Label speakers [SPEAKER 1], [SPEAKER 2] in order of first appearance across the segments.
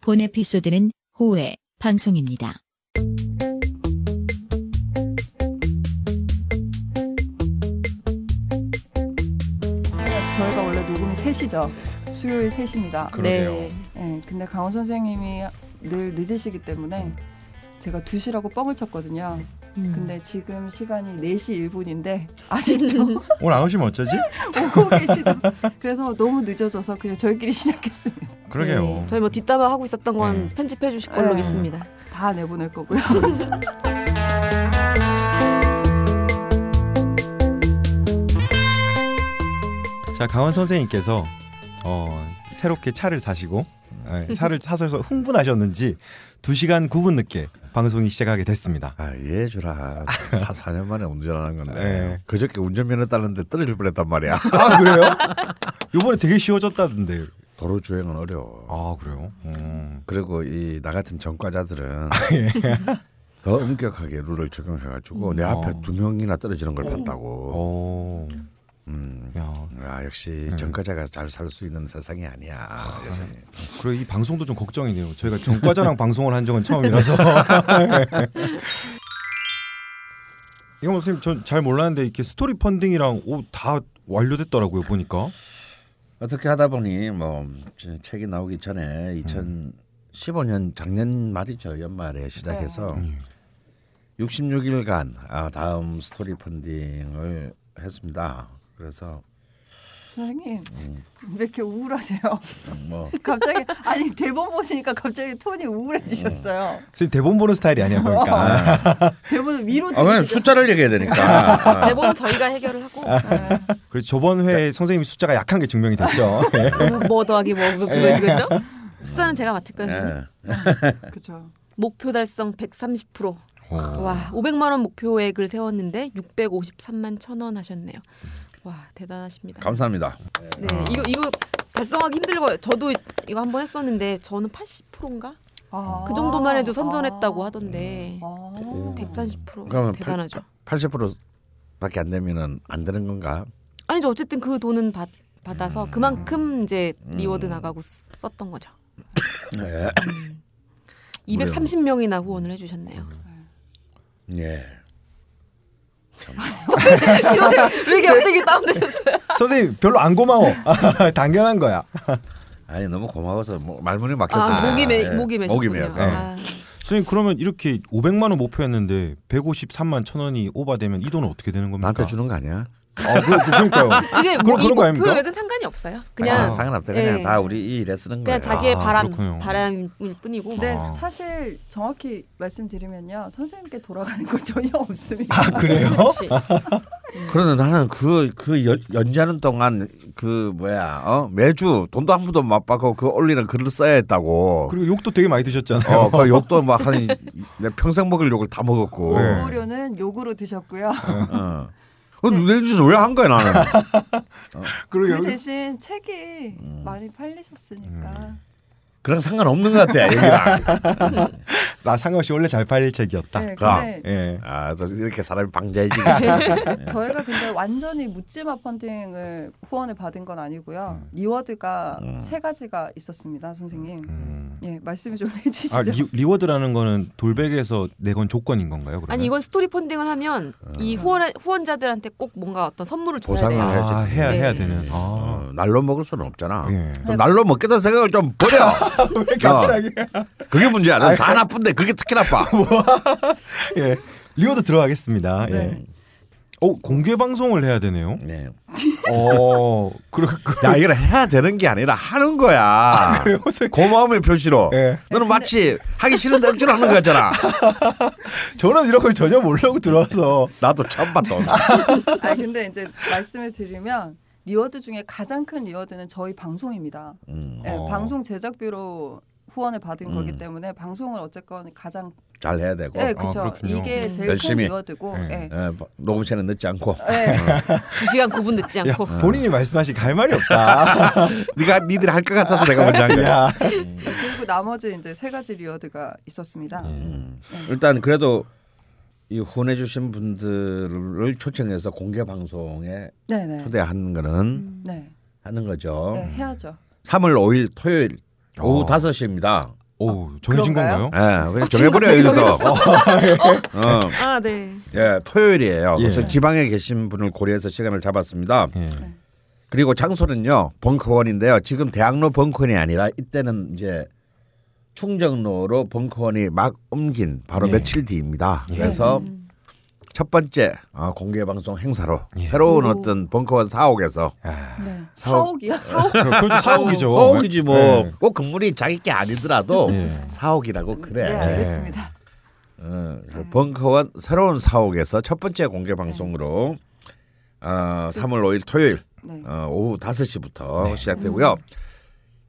[SPEAKER 1] 본 에피소드는 호회 방송입니다.
[SPEAKER 2] 저희가 원래 녹음이 3시죠. 수요일 3시입니다.
[SPEAKER 3] 그러게요.
[SPEAKER 2] 예, 근데 강원 선생님이 늘 늦으시기 때문에 제가 2시라고 뻥을 쳤거든요. 근데 지금 시간이 4시 1분인데 아직도
[SPEAKER 3] 오늘 안 오시면 어쩌지?
[SPEAKER 2] 오고 계시다. 그래서 너무 늦어져서 그냥 저희끼리 시작했습니다.
[SPEAKER 3] 그러게요.
[SPEAKER 4] 네. 저희 뭐 뒷담화 하고 있었던 건
[SPEAKER 3] 네.
[SPEAKER 4] 편집해 주실 걸로
[SPEAKER 2] 네.
[SPEAKER 4] 믿습니다.
[SPEAKER 2] 다 내보낼 거고요.
[SPEAKER 3] 자 강원 선생님께서 어, 새롭게 차를 사시고 예, 차를 사셔서 흥분하셨는지 2시간 9분 늦게 방송이 시작하게 됐습니다.
[SPEAKER 5] 아, 예, 주라. 네. 사, 4년 만에 운전하는 건데.
[SPEAKER 3] 예.
[SPEAKER 5] 그저께 운전면허 따는데 떨어질 뻔했단 말이야.
[SPEAKER 3] 아 그래요? 요번에 되게 쉬워졌다던데.
[SPEAKER 5] 도로 주행은 어려워.
[SPEAKER 3] 아 그래요? 음.
[SPEAKER 5] 그리고 이 나 같은 전과자들은 더 엄격하게 룰을 적용해가지고 내 앞에
[SPEAKER 3] 어.
[SPEAKER 5] 두 명이나 떨어지는 걸 봤다고.
[SPEAKER 3] 오.
[SPEAKER 5] 음.
[SPEAKER 3] 어, 야.
[SPEAKER 5] 아, 역시 전과자가 잘 살 수 있는 세상이 아니야. 여전히.
[SPEAKER 3] 그래 이 방송도 좀 걱정이네요. 저희가 전과자랑 방송을 한 적은 처음이라서. 이건 선생님 전 잘 몰랐는데 이렇게 스토리 펀딩이랑 오, 다 완료됐더라고요 보니까.
[SPEAKER 5] 어떻게 하다 보니 뭐 제- 책이 나오기 전에 2015년 작년 말이죠 연말에 시작해서
[SPEAKER 4] 네. 음.
[SPEAKER 5] 66일간 아, 다음 스토리 펀딩을 했습니다. 그래서
[SPEAKER 2] 선생님, 왜 이렇게 우울하세요?
[SPEAKER 5] 뭐
[SPEAKER 2] 갑자기, 아니, 대본 보시니까 갑자기 톤이 우울해지셨어요.
[SPEAKER 3] 선생님 대본 보는 스타일이 아니야 그러니까. 보니까.
[SPEAKER 2] 대본은 위로
[SPEAKER 5] 아, 왜냐면
[SPEAKER 2] 들으시죠.
[SPEAKER 5] 숫자를 얘기해야 되니까. 아,
[SPEAKER 4] 대본은 저희가 해결을 하고
[SPEAKER 3] 아. 그래서 저번 회에 선생님이 숫자가 약한 게 증명이 됐죠. 그러니까 예.
[SPEAKER 4] 뭐 더하기 뭐 그거
[SPEAKER 3] 네.
[SPEAKER 4] 그거죠? 숫자는 제가 맡을 거예요.
[SPEAKER 5] 예.
[SPEAKER 2] 그쵸.
[SPEAKER 4] 목표 달성 130%.
[SPEAKER 3] 오.
[SPEAKER 4] 와, 500만 원 목표액을 세웠는데 653만 1,000원 하셨네요. 와, 대단하십니다.
[SPEAKER 5] 감사합니다.
[SPEAKER 4] 네,
[SPEAKER 3] 아.
[SPEAKER 4] 이거 이거 달성하기 힘들어요. 저도 이거 한번 했었는데 저는 80%인가?
[SPEAKER 2] 아.
[SPEAKER 4] 그 정도만 해도 선전했다고 하던데.
[SPEAKER 2] 아.
[SPEAKER 5] 네.
[SPEAKER 4] 130%
[SPEAKER 5] 그러면
[SPEAKER 4] 대단하죠.
[SPEAKER 5] 80%밖에 안 되면은 안 되는 건가?
[SPEAKER 4] 아니죠. 어쨌든 그 돈은 받, 받아서 그만큼 이제 리워드 나가고 쓰- 썼던 거죠. 네. 음.
[SPEAKER 5] 예.
[SPEAKER 4] 230명이나 후원을 해주셨네요.
[SPEAKER 5] 예.
[SPEAKER 4] 왜 이렇게 갑자기 다운되셨어요?
[SPEAKER 3] 선생님 별로 안 고마워. 당연한 거야.
[SPEAKER 5] 아니 너무 고마워서 뭐 말문이 막혀서
[SPEAKER 4] 아, 목이 매
[SPEAKER 5] 예.
[SPEAKER 4] 목이 매셨군요.
[SPEAKER 5] 목이 매여서
[SPEAKER 4] 아,
[SPEAKER 3] 선생님 그러면 이렇게 500만 원 목표였는데 153만 천 원이 오바되면 이 돈은 어떻게 되는 겁니까?
[SPEAKER 5] 나한테 주는 거 아니야?
[SPEAKER 3] 아, 그, 그, 그러니까요.
[SPEAKER 4] 그게
[SPEAKER 3] 그런-
[SPEAKER 4] 뭐
[SPEAKER 3] 그런 거
[SPEAKER 4] 이
[SPEAKER 3] 아닙니까?
[SPEAKER 4] 목표액은 상관이 없어요. 그냥
[SPEAKER 5] 아, 상관없다. 그냥
[SPEAKER 4] 예.
[SPEAKER 5] 다 우리 이 일에 쓰는
[SPEAKER 4] 그냥
[SPEAKER 5] 거예요.
[SPEAKER 4] 자기의
[SPEAKER 3] 아,
[SPEAKER 4] 바람
[SPEAKER 3] 그렇군요.
[SPEAKER 4] 바람일 뿐이고.
[SPEAKER 2] 근데
[SPEAKER 3] 아.
[SPEAKER 2] 네, 사실 정확히 말씀드리면요 선생님께 돌아가는 건 전혀 없습니다.
[SPEAKER 3] 아 그래요?
[SPEAKER 4] 혹시
[SPEAKER 5] 그런데 나는 그, 그 연- 연재하는 동안 그 뭐야 어? 매주 돈도 한 푼도 못 받고 그 올리는 글을 써야 했다고.
[SPEAKER 3] 그리고 욕도 되게 많이 드셨잖아요.
[SPEAKER 5] 어, 그 욕도 막한내 평생 먹을 욕을 다 먹었고.
[SPEAKER 3] 네. 아,
[SPEAKER 2] 오고료는 욕으로 드셨고요.
[SPEAKER 5] 어. 어, 내 짓을 왜한 거야 나는?
[SPEAKER 2] 그
[SPEAKER 3] 그러게요. 음.
[SPEAKER 2] 대신 책이 많이 팔리셨으니까 네,
[SPEAKER 5] 그랑 상관없는 것 같아 얘기랑.
[SPEAKER 3] 아 상관없이 원래 잘 팔릴 책이었다.
[SPEAKER 2] 네,
[SPEAKER 5] 가.
[SPEAKER 2] 근데
[SPEAKER 3] 예.
[SPEAKER 5] 아, 저 이렇게 사람이 방자해지기.
[SPEAKER 2] 저희가 근데 완전히 묻지마 펀딩을 후원을 받은 건 아니고요. 리워드가
[SPEAKER 5] 음.
[SPEAKER 2] 세 가지가 있었습니다, 선생님.
[SPEAKER 3] 음.
[SPEAKER 2] 예, 말씀 좀 해주시죠.
[SPEAKER 3] 아 리, 리워드라는 거는 돌백에서 내건 조건인 건가요? 그러면?
[SPEAKER 4] 아니 이건 스토리 펀딩을 하면 이 후원 후원자들한테 꼭 뭔가 어떤 선물을 줘야
[SPEAKER 5] 보상을
[SPEAKER 4] 돼요.
[SPEAKER 5] 해야
[SPEAKER 3] 아, 해야
[SPEAKER 4] 네.
[SPEAKER 3] 해야 되는. 아.
[SPEAKER 5] 어, 날로 먹을 수는 없잖아.
[SPEAKER 3] 예.
[SPEAKER 5] 그럼 날로 먹겠다는 생각을 좀 버려. 갑자기? 그게 문제야. 난다 나쁜데 그게 특히 나빠.
[SPEAKER 3] 예. 리워드 들어가겠습니다. 예. 어 공개 방송을 해야 되네요.
[SPEAKER 5] 네.
[SPEAKER 3] 어. 그러 그.
[SPEAKER 5] 야, 이걸 해야 되는 게 아니라 하는 거야.
[SPEAKER 3] 그래요, 선생님?
[SPEAKER 5] 고마움의 표시로.
[SPEAKER 3] 예.
[SPEAKER 5] 너는 마치 하기 싫은데 억지로 하는 거잖아.
[SPEAKER 3] 저는 이런 걸 전혀 모르고 들어와서.
[SPEAKER 5] 나도 처음 봤다. 오늘.
[SPEAKER 2] 아 근데 이제 말씀을 드리면 리워드 중에 가장 큰 리워드는 저희 방송입니다.
[SPEAKER 5] 음,
[SPEAKER 2] 예,
[SPEAKER 3] 어.
[SPEAKER 2] 방송 제작비로 후원을 받은
[SPEAKER 5] 음.
[SPEAKER 2] 거기 때문에 방송을 어쨌건 가장
[SPEAKER 5] 잘 해야 되고.
[SPEAKER 2] 예,
[SPEAKER 3] 아,
[SPEAKER 2] 그쵸
[SPEAKER 3] 그렇군요.
[SPEAKER 2] 이게
[SPEAKER 4] 음.
[SPEAKER 2] 제일
[SPEAKER 5] 열심히.
[SPEAKER 2] 큰 리워드고
[SPEAKER 3] 예.
[SPEAKER 2] 예.
[SPEAKER 5] 예, 아, 녹음실은 늦지 않고.
[SPEAKER 2] 예.
[SPEAKER 4] 2시간 9분 늦지
[SPEAKER 3] 야,
[SPEAKER 4] 않고.
[SPEAKER 3] 본인이 말씀하신 갈 말이 없다.
[SPEAKER 5] 네가 니들 할 것 같아서 내가 먼저 한 거야.
[SPEAKER 3] 야.
[SPEAKER 2] 그리고 나머지 이제 세 가지 리워드가 있었습니다.
[SPEAKER 5] 네. 음. 일단 그래도 이 후원해주신 분들을 초청해서 공개 방송에
[SPEAKER 2] 네네.
[SPEAKER 5] 초대하는 어. 거는
[SPEAKER 2] 네.
[SPEAKER 5] 하는 거죠.
[SPEAKER 2] 네, 해야죠.
[SPEAKER 5] 3월 5일 토요일 오후
[SPEAKER 3] 어.
[SPEAKER 5] 5시입니다.
[SPEAKER 3] 오, 정해진
[SPEAKER 2] 그런가요?
[SPEAKER 3] 건가요?
[SPEAKER 5] 예, 그냥 정해버려요 여기서. 어,
[SPEAKER 4] 아, 네.
[SPEAKER 5] 예, 토요일이에요.
[SPEAKER 3] 예.
[SPEAKER 5] 그래서 지방에 계신 분을 고려해서 시간을 잡았습니다.
[SPEAKER 3] 예.
[SPEAKER 4] 네.
[SPEAKER 5] 그리고 장소는요 벙커원인데요. 지금 대학로 벙커원이 아니라 이때는 이제 충정로로 벙커원이 막 옮긴 바로
[SPEAKER 3] 예.
[SPEAKER 5] 며칠 뒤입니다. 그래서
[SPEAKER 4] 음.
[SPEAKER 5] 첫 번째 아, 공개 방송 행사로
[SPEAKER 3] 예.
[SPEAKER 5] 새로운
[SPEAKER 4] 오.
[SPEAKER 5] 어떤 벙커원 사옥에서
[SPEAKER 3] 아,
[SPEAKER 2] 네.
[SPEAKER 5] 사옥.
[SPEAKER 2] 사옥이요?
[SPEAKER 3] 그- 그건 사옥이죠.
[SPEAKER 5] 사옥이지 뭐
[SPEAKER 3] 예.
[SPEAKER 5] 꼭 건물이 자기 게 아니더라도
[SPEAKER 3] 예.
[SPEAKER 5] 사옥이라고 그래. 예.
[SPEAKER 2] 네, 알겠습니다.
[SPEAKER 5] 어, 벙커원 새로운 사옥에서 첫 번째 공개 방송으로 어, 3월 5일 토요일
[SPEAKER 2] 네.
[SPEAKER 5] 어, 오후 5시부터
[SPEAKER 2] 음.
[SPEAKER 5] 시작되고요.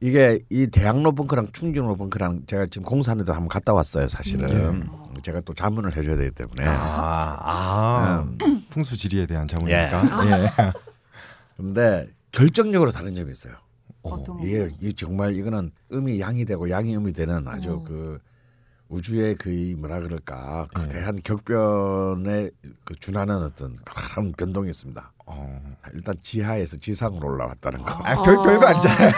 [SPEAKER 5] 이게 이 대학로 벙커랑 충정로 벙커랑 제가 지금 공사하는데 한번 갔다 왔어요, 사실은.
[SPEAKER 2] 네.
[SPEAKER 5] 제가 또 자문을 해줘야 되기 때문에. 네.
[SPEAKER 3] 아, 아. 풍수지리에 대한 자문이니까. 예.
[SPEAKER 5] 그런데 결정적으로 다른 점이 있어요.
[SPEAKER 2] 어떤
[SPEAKER 5] 이게 이 정말 이거는 음이 양이 되고 양이 음이 되는 아주
[SPEAKER 2] 어.
[SPEAKER 5] 그 우주의 그 이 뭐라 그럴까 그
[SPEAKER 2] 네.
[SPEAKER 5] 대한 격변에 그 준하는 어떤 그런 변동이 있습니다.
[SPEAKER 3] 어.
[SPEAKER 5] 일단 지하에서 지상으로 올라왔다는 거.
[SPEAKER 3] 아, 별 별거
[SPEAKER 4] 어.
[SPEAKER 3] 아니잖아요.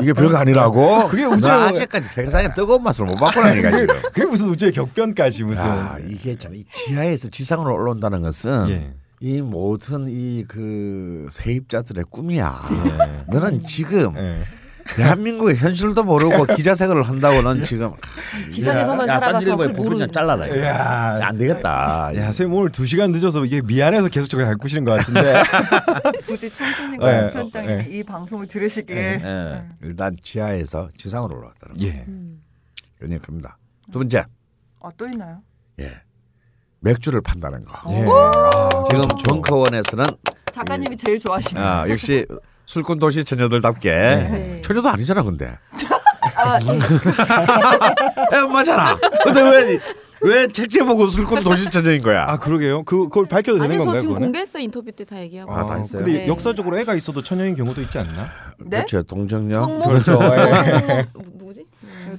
[SPEAKER 5] 이게 별거 아니라고.
[SPEAKER 3] 그게
[SPEAKER 5] 나
[SPEAKER 3] 우주-
[SPEAKER 5] 아직까지 세상에 뜨거운 맛을 못 봤구나니까 지금.
[SPEAKER 3] 그게 무슨 우주의 격변까지 무슨.
[SPEAKER 5] 아, 이게 있잖아. 이 지하에서 지상으로 올라온다는 것은
[SPEAKER 3] 예.
[SPEAKER 5] 이 모든 이 그 세입자들의 꿈이야. 너는 지금
[SPEAKER 3] 예.
[SPEAKER 5] 대한민국의 현실도 모르고 기자 생활을 한다고는 지금
[SPEAKER 4] 지상에서만 살아가서
[SPEAKER 5] 예. 딴지일보에
[SPEAKER 4] 그걸
[SPEAKER 5] 부분 좀
[SPEAKER 4] 모르는.
[SPEAKER 5] 잘라라. 이거. 예.
[SPEAKER 3] 야.
[SPEAKER 5] 안 되겠다.
[SPEAKER 3] 야, 선생님 오늘 두 시간 늦어서 이게 미안해서 계속 저기 갈 꼬시는 것 같은데.
[SPEAKER 2] 부디 청소년과
[SPEAKER 3] 네,
[SPEAKER 2] 편장님이
[SPEAKER 3] 어,
[SPEAKER 2] 이 방송을 들으시길.
[SPEAKER 5] 예. 일단 지하에서 지상으로 올라왔다는 거.
[SPEAKER 3] 예.
[SPEAKER 4] 음.
[SPEAKER 5] 연이 큽니다. 두 번째,
[SPEAKER 2] 아, 또 있나요?
[SPEAKER 5] 예. 맥주를 판다는 거.
[SPEAKER 3] 예. 아,
[SPEAKER 5] 지금 벙커원에서는
[SPEAKER 2] 작가님이 제일 좋아하시는.
[SPEAKER 5] 아, 역시 술꾼 도시 처녀들답게 처녀도 아니잖아 근데
[SPEAKER 2] 네. 아, 예.
[SPEAKER 5] 에, 맞잖아 근데 왜왜 책제 보고 술꾼 도시 처녀인 거야
[SPEAKER 3] 아 그러게요. 그 그걸 밝혀도 되는
[SPEAKER 4] 아니요, 저
[SPEAKER 3] 건가요?
[SPEAKER 4] 지금
[SPEAKER 3] 그거는?
[SPEAKER 4] 공개했어요. 인터뷰 때 다 얘기하고.
[SPEAKER 5] 아, 다 했어요?
[SPEAKER 3] 근데
[SPEAKER 4] 네.
[SPEAKER 3] 역사적으로 애가 있어도 처녀인 경우도 있지 않나?
[SPEAKER 2] 네?
[SPEAKER 5] 그렇죠 동정녀
[SPEAKER 4] 성모?
[SPEAKER 5] 그렇죠 예.
[SPEAKER 4] 어, 누구지?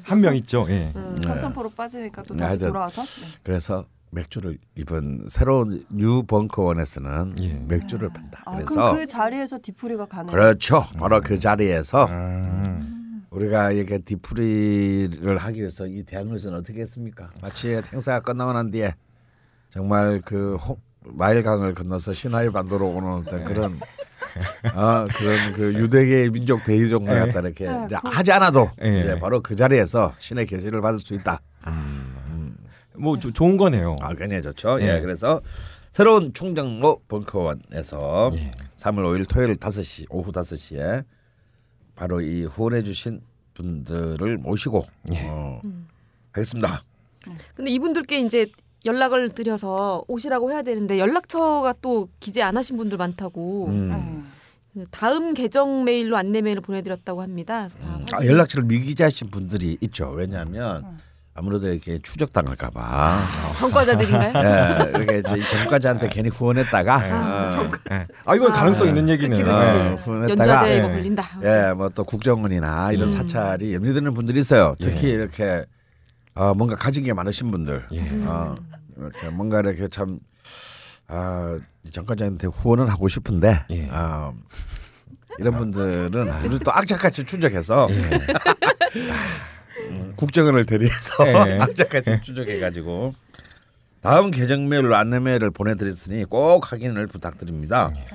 [SPEAKER 3] 한 명 있죠. 예.
[SPEAKER 4] 음.
[SPEAKER 2] 삼천포로 빠지니까 또 다시
[SPEAKER 5] 하여튼.
[SPEAKER 2] 돌아와서. 네.
[SPEAKER 5] 그래서 맥주를 이번 새로운 뉴 벙커원에서는
[SPEAKER 3] 예.
[SPEAKER 5] 맥주를 판다
[SPEAKER 2] 아,
[SPEAKER 5] 그래서
[SPEAKER 2] 그럼 그 자리에서 디프리가 가는.
[SPEAKER 5] 그렇죠 바로 그 자리에서
[SPEAKER 3] 음.
[SPEAKER 5] 우리가 이렇게 디프리를 하기 위해서 이 대학로에서는 어떻게 했습니까? 마치 행사가 끝나고 난 뒤에 정말 그 홍- 마일강을 건너서 신하의 반도로 오는 어떤 그런 아 그런 그 유대계 민족 대이종과 같다 이렇게
[SPEAKER 2] 네,
[SPEAKER 5] 이제
[SPEAKER 2] 그-
[SPEAKER 5] 하지 않아도
[SPEAKER 3] 예.
[SPEAKER 5] 이제 바로 그 자리에서 신의 계시를 받을 수 있다.
[SPEAKER 3] 뭐 조- 좋은 거네요.
[SPEAKER 5] 아 굉장히 좋죠.
[SPEAKER 3] 예.
[SPEAKER 5] 예, 그래서 새로운 충정로 벙커원에서
[SPEAKER 3] 예.
[SPEAKER 5] 3월 5일 토요일 5시 오후 5시에 바로 이 후원해 주신 분들을 모시고
[SPEAKER 3] 예.
[SPEAKER 5] 어,
[SPEAKER 3] 음.
[SPEAKER 5] 하겠습니다.
[SPEAKER 4] 근데 이분들께 이제 연락을 드려서 오시라고 해야 되는데 연락처가 또 기재 안 하신 분들 많다고
[SPEAKER 5] 음.
[SPEAKER 2] 네.
[SPEAKER 4] 그 다음 계정 메일로 안내 메일을 보내드렸다고 합니다. 다 확인-
[SPEAKER 5] 아, 연락처를 미기재하신 분들이 있죠.
[SPEAKER 4] 어.
[SPEAKER 5] 왜냐하면 아무래도 이렇게 추적당할까봐
[SPEAKER 4] 아, 전과자들인가요?
[SPEAKER 3] 아.
[SPEAKER 5] 예, 이렇게 이제 이 전과자한테 괜히 후원했다가 어,
[SPEAKER 3] 예. 아 이건 가능성 있는 얘기네요.
[SPEAKER 4] 아, 그치
[SPEAKER 5] 아,
[SPEAKER 4] 그치.
[SPEAKER 5] 후원했다가,
[SPEAKER 4] 연좌제 이거
[SPEAKER 3] 예.
[SPEAKER 4] 걸린다.
[SPEAKER 5] 예, 뭐 또 국정원이나 이런 사찰이 염려되는 분들이 있어요. 특히 이렇게 어, 뭔가 가진 게 많으신 분들, 어, 이렇게 뭔가 이렇게 참 아, 정관장한테 후원을 하고 싶은데
[SPEAKER 3] 예.
[SPEAKER 5] 아, 이런 분들은 우리 또 악착같이 추적해서 음, 국정원을 대리해서
[SPEAKER 3] 예.
[SPEAKER 5] 악착같이 어, 추적해가지고 다음 계정 메일로 안내 메일을 보내드렸으니 꼭 확인을 부탁드립니다.
[SPEAKER 3] 예.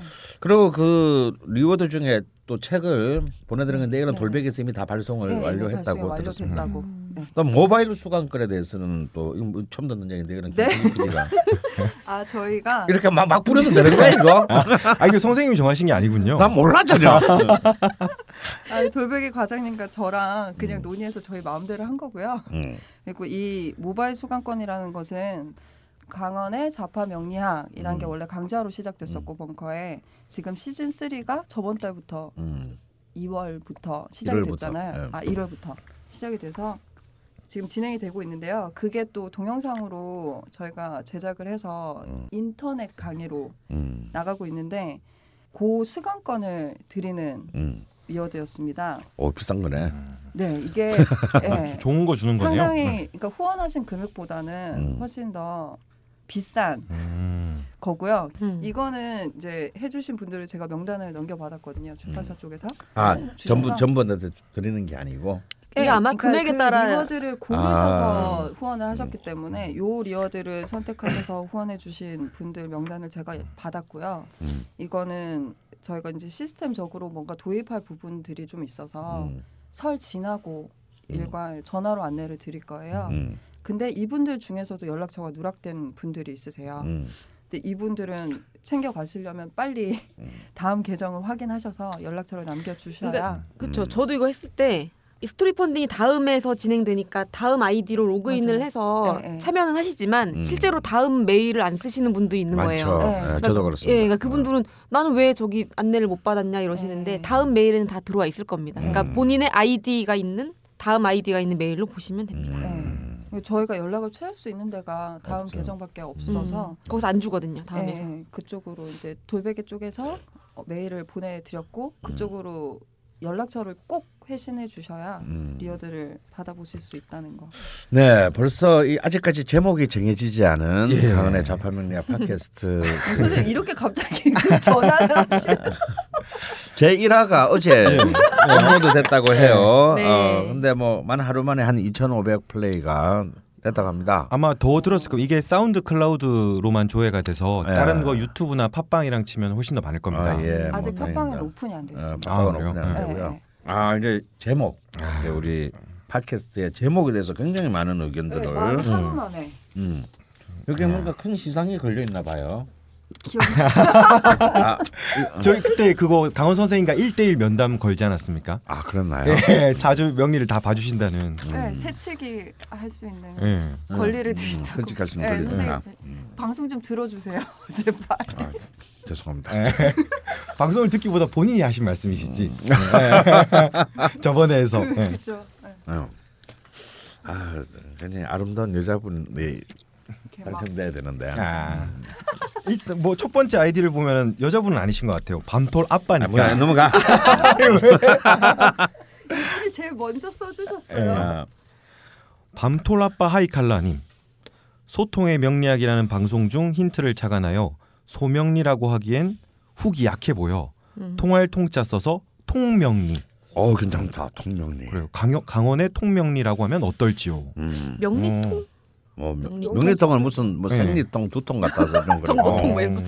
[SPEAKER 5] 그리고 그 리워드 중에 또 책을 보내드린 건데 이런 돌베개 쌤이 다 발송을
[SPEAKER 2] 네,
[SPEAKER 5] 완료했다고
[SPEAKER 2] 다시
[SPEAKER 5] 들었습니다.
[SPEAKER 2] 완료됐다고. 네.
[SPEAKER 5] 또 모바일 수강권에 대해서는 또 이거 뭐 처음 듣는 얘기인데 이런
[SPEAKER 2] 네.
[SPEAKER 5] 기가
[SPEAKER 2] 아, 저희가
[SPEAKER 5] 이렇게 막, 막 부르면 되는 거야 이거?
[SPEAKER 3] 아 이거 선생님이 정하신 게 아니군요.
[SPEAKER 5] 난 몰라 전혀.
[SPEAKER 2] 아, 돌베개 과장님과 저랑 그냥 논의해서 저희 마음대로 한 거고요.
[SPEAKER 5] 음.
[SPEAKER 2] 그리고 이 모바일 수강권이라는 것은 강원의 자파 명리학이라는
[SPEAKER 5] 음.
[SPEAKER 2] 게 원래 강좌로 시작됐었고 벙커에 지금 시즌 3가 저번 달부터
[SPEAKER 5] 음.
[SPEAKER 2] 2월부터 시작이
[SPEAKER 5] 일월부터,
[SPEAKER 2] 됐잖아요.
[SPEAKER 5] 예.
[SPEAKER 2] 아 1월부터 시작이 돼서 지금 진행이 되고 있는데요. 그게 또 동영상으로 저희가 제작을 해서
[SPEAKER 5] 음.
[SPEAKER 2] 인터넷 강의로
[SPEAKER 5] 음.
[SPEAKER 2] 나가고 있는데 고 수강권을 드리는
[SPEAKER 5] 음.
[SPEAKER 2] 미어드였습니다.
[SPEAKER 5] 오 비싼 거네.
[SPEAKER 2] 네, 이게 예,
[SPEAKER 3] 좋은 거 주는 거네요. 음.
[SPEAKER 2] 상당히 그러니까 후원하신 금액보다는
[SPEAKER 5] 음.
[SPEAKER 2] 훨씬 더 비싼
[SPEAKER 3] 음.
[SPEAKER 2] 거고요.
[SPEAKER 4] 음.
[SPEAKER 2] 이거는 이제 해주신 분들을
[SPEAKER 3] 음.
[SPEAKER 2] 제가 명단을 넘겨받았거든요. 출판사 쪽에서
[SPEAKER 5] 아
[SPEAKER 2] 네,
[SPEAKER 5] 전부
[SPEAKER 2] 주셔서.
[SPEAKER 5] 전부한테 드리는 게 아니고
[SPEAKER 4] 이게 아마 금액에 따라
[SPEAKER 2] 예, 그러니까 그 리워드를 고르셔서
[SPEAKER 3] 아.
[SPEAKER 2] 후원을 하셨기
[SPEAKER 3] 음.
[SPEAKER 2] 때문에 요 리워드를 선택하셔서 후원해 주신 분들 명단을 제가 받았고요.
[SPEAKER 5] 음.
[SPEAKER 2] 이거는 저희가 이제 시스템적으로 뭔가 도입할 부분들이 좀 있어서
[SPEAKER 5] 음,
[SPEAKER 2] 설 지나고
[SPEAKER 5] 음.
[SPEAKER 2] 일괄 전화로 안내를 드릴 거예요.
[SPEAKER 5] 음,
[SPEAKER 2] 근데 이분들 중에서도 연락처가 누락된 분들이 있으세요.
[SPEAKER 5] 음.
[SPEAKER 2] 근데 이분들은 챙겨 가시려면 빨리 다음 계정을 확인하셔서 연락처를 남겨 주셔야
[SPEAKER 4] 그렇죠. 저도 이거 했을 때. 이 스토리 펀딩이 다음에서 진행되니까 다음 아이디로 로그인을
[SPEAKER 2] 맞아요.
[SPEAKER 4] 해서
[SPEAKER 2] 예, 예.
[SPEAKER 4] 참여는 하시지만
[SPEAKER 5] 음.
[SPEAKER 4] 실제로 다음 메일을 안 쓰시는 분도 있는
[SPEAKER 3] 어,
[SPEAKER 5] 많죠.
[SPEAKER 2] 네.
[SPEAKER 4] 거예요.
[SPEAKER 5] 예,
[SPEAKER 2] 그러니까-
[SPEAKER 5] 저도 그렇습니다.
[SPEAKER 4] 예, 그러니까 그분들은 나는 왜 저기 안내를 못 받았냐 이러시는데
[SPEAKER 2] 예.
[SPEAKER 4] 다음 메일에는 다 들어와 있을 겁니다.
[SPEAKER 5] 음.
[SPEAKER 4] 그러니까 본인의 아이디가 있는 다음 아이디가 있는 메일로 보시면 됩니다.
[SPEAKER 5] 음,
[SPEAKER 2] 저희가 연락을 취할 수 있는 데가 다음
[SPEAKER 5] 없죠.
[SPEAKER 2] 계정밖에 없어서
[SPEAKER 4] 음. 거기서 안 주거든요. 다음에서.
[SPEAKER 2] 예, 그쪽으로 이제 돌베개 쪽에서 어, 메일을 보내드렸고 그쪽으로 연락처를 꼭 회신해 주셔야
[SPEAKER 5] 음.
[SPEAKER 2] 리어드를 받아보실 수 있다는 거.
[SPEAKER 5] 네, 벌써 이 아직까지 제목이 정해지지 않은
[SPEAKER 3] 예.
[SPEAKER 5] 강은의 자파명리학 팟캐스트
[SPEAKER 2] 선생님 이렇게 갑자기 전화를 하시.
[SPEAKER 5] 제 1화가 어제
[SPEAKER 3] 예.
[SPEAKER 5] 업로드 됐다고 해요.
[SPEAKER 4] 네.
[SPEAKER 5] 어, 근데 뭐만 하루 만에 한 2,500 플레이가 됐다고 합니다.
[SPEAKER 3] 아마 더 들었을 겁니다. 이게 사운드 클라우드로만 조회가 돼서
[SPEAKER 5] 예.
[SPEAKER 3] 다른 거 유튜브나 팟빵이랑 치면 훨씬 더 많을 겁니다.
[SPEAKER 5] 아, 예,
[SPEAKER 2] 아직
[SPEAKER 5] 뭐
[SPEAKER 2] 팟빵은
[SPEAKER 5] 다행이다.
[SPEAKER 2] 오픈이 안 돼
[SPEAKER 5] 어,
[SPEAKER 2] 있습니다.
[SPEAKER 3] 아,
[SPEAKER 5] 팟빵은
[SPEAKER 3] 그래요? 네.
[SPEAKER 5] 오픈이
[SPEAKER 3] 아.
[SPEAKER 5] 안
[SPEAKER 2] 네,
[SPEAKER 5] 되고요.
[SPEAKER 2] 네.
[SPEAKER 5] 아 이제 제목 이제 우리 팟캐스트의 제목에 대해서 굉장히 많은
[SPEAKER 2] 네,
[SPEAKER 5] 의견들을
[SPEAKER 2] 말 하루 만에
[SPEAKER 5] 음. 여기
[SPEAKER 3] 네.
[SPEAKER 5] 뭔가 큰 시상이 걸려 있나 봐요.
[SPEAKER 2] 기억이
[SPEAKER 5] 아,
[SPEAKER 3] 저희 그때 그거 강원 선생님과 1대1 면담 걸지 않았습니까?
[SPEAKER 5] 아 그랬나요?
[SPEAKER 3] 예, 사주 명리를 다 봐주신다는.
[SPEAKER 2] 네, 새치기 할 수 있는
[SPEAKER 3] 예.
[SPEAKER 2] 권리를
[SPEAKER 5] 음,
[SPEAKER 2] 드린다고.
[SPEAKER 5] 솔직할 수 있는
[SPEAKER 2] 네,
[SPEAKER 5] 권리를 음. 아,
[SPEAKER 2] 선생님 방송 좀 들어주세요 제발.
[SPEAKER 5] 죄송합니다.
[SPEAKER 3] 네. 방송을 듣기보다 본인이 하신 말씀이시지. 예. 저번에에서. 예.
[SPEAKER 2] 그렇죠. 네,
[SPEAKER 5] 어. 아 굉장히 아름다운 여자분이
[SPEAKER 2] 이렇게 막
[SPEAKER 5] 당첨돼야 되는데.
[SPEAKER 3] 아. 일단 뭐 첫 번째 아이디를 보면 여자분은 아니신 것 같아요. 밤톨
[SPEAKER 5] 아, 뭐야,
[SPEAKER 3] 아빠니까.
[SPEAKER 5] 넘어가.
[SPEAKER 2] 이분이 제일 먼저
[SPEAKER 3] 네.
[SPEAKER 2] 써주셨어요.
[SPEAKER 5] 아,
[SPEAKER 3] 밤톨 아빠 하이칼라님. 소통의 명리학이라는 방송 중 힌트를 착안하여 소명리라고 하기엔 훅이 약해 보여 통할 통자 써서 통명리
[SPEAKER 5] 어 괜찮다 통명리.
[SPEAKER 3] 그래요 강역 강원의 통명리라고 하면 어떨지요?
[SPEAKER 5] 음,
[SPEAKER 4] 명리통
[SPEAKER 5] 뭐 명-
[SPEAKER 4] 명리-
[SPEAKER 5] 명리통은 무슨 뭐
[SPEAKER 3] 네.
[SPEAKER 5] 생리통 두통 같아서 좀 그래.
[SPEAKER 4] 정보통
[SPEAKER 5] 어.
[SPEAKER 4] 뭐 이런 거.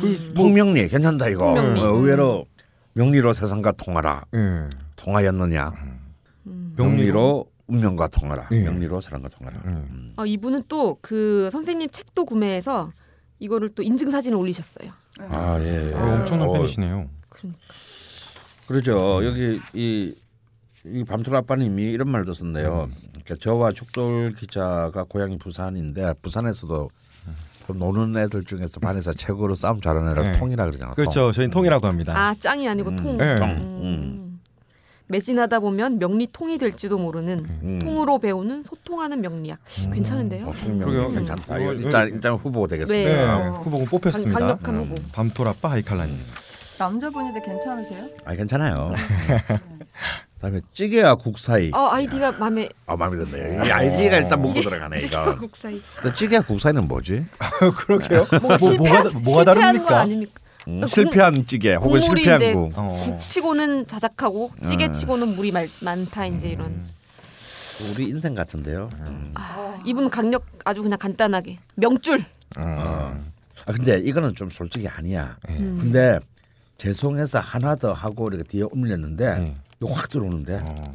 [SPEAKER 5] 그
[SPEAKER 3] 뭐
[SPEAKER 5] 통명리 괜찮다 이거.
[SPEAKER 4] 통명리.
[SPEAKER 5] 어, 의외로 명리로 세상과 통하라.
[SPEAKER 3] 예.
[SPEAKER 5] 통하였느냐.
[SPEAKER 3] 음.
[SPEAKER 5] 명리로 운명과 통하라.
[SPEAKER 3] 예.
[SPEAKER 5] 명리로 사랑과 통하라.
[SPEAKER 3] 음.
[SPEAKER 4] 아, 이분은 또 그 선생님 책도 구매해서 이거를 또 인증 사진을 올리셨어요.
[SPEAKER 2] 네.
[SPEAKER 4] 그러니까.
[SPEAKER 5] 아 예. 예.
[SPEAKER 3] 어, 엄청난
[SPEAKER 5] 어,
[SPEAKER 3] 팬이시네요.
[SPEAKER 5] 그렇죠. 여기 이, 이 밤톨 아빠님이 이런 말도 썼네요. 그러니까 저와 축돌 기자가 고향이 부산인데 부산에서도 좀 노는 애들 중에서 반에서 최고로 싸움 잘하는 애를
[SPEAKER 3] 네.
[SPEAKER 5] 통이라 그러잖아.
[SPEAKER 3] 그렇죠. 저희 통이라고 합니다.
[SPEAKER 4] 아, 짱이 아니고 통.
[SPEAKER 3] 예.
[SPEAKER 4] 음. 매진하다 보면 명리통이 될지도 모르는
[SPEAKER 5] 음.
[SPEAKER 4] 통으로 배우는 소통하는 명리학. 괜찮은데요?
[SPEAKER 5] 어, 아, 통명이
[SPEAKER 3] 그러게요.
[SPEAKER 5] 괜찮다.
[SPEAKER 3] 음.
[SPEAKER 5] 일단 일단 후보 되겠습니다.
[SPEAKER 3] 네.
[SPEAKER 4] 네.
[SPEAKER 3] 후보군 뽑혔습니다. 네.
[SPEAKER 4] 강- 강력한 후보.
[SPEAKER 3] 밤토라빠 하이칼라님.
[SPEAKER 2] 남자분인데 괜찮으세요?
[SPEAKER 5] 아 괜찮아요. 음. 다음에 찌개와 국사이.
[SPEAKER 4] 어, 아이디가 마음에
[SPEAKER 5] 아 마음에 드네요. 이 아이디가 일단 먹고
[SPEAKER 4] 예.
[SPEAKER 5] 들어가네
[SPEAKER 4] 지금
[SPEAKER 5] 이거.
[SPEAKER 4] 국사이.
[SPEAKER 5] 근데 찌개와 국사이는 뭐지?
[SPEAKER 3] 그러게요.
[SPEAKER 4] 뭐, 실패한, 실패한 건 아닙니까?
[SPEAKER 5] 음,
[SPEAKER 4] 그러니까
[SPEAKER 5] 실패한 찌개 혹은
[SPEAKER 4] 국물이 이제
[SPEAKER 5] 실패한 국.
[SPEAKER 3] 어.
[SPEAKER 4] 국치고는 자작하고 찌개치고는 물이 말, 많다 이제 이런.
[SPEAKER 5] 우리 인생 같은데요. 음.
[SPEAKER 4] 아, 이분 강력 아주 그냥 간단하게 명줄.
[SPEAKER 3] 어.
[SPEAKER 5] 아 근데 이거는 좀 솔직히 아니야.
[SPEAKER 4] 음.
[SPEAKER 5] 근데 죄송해서 하나 더 하고 이렇게 뒤에 올렸는데
[SPEAKER 3] 네.
[SPEAKER 5] 이거 확 들어오는데
[SPEAKER 3] 어,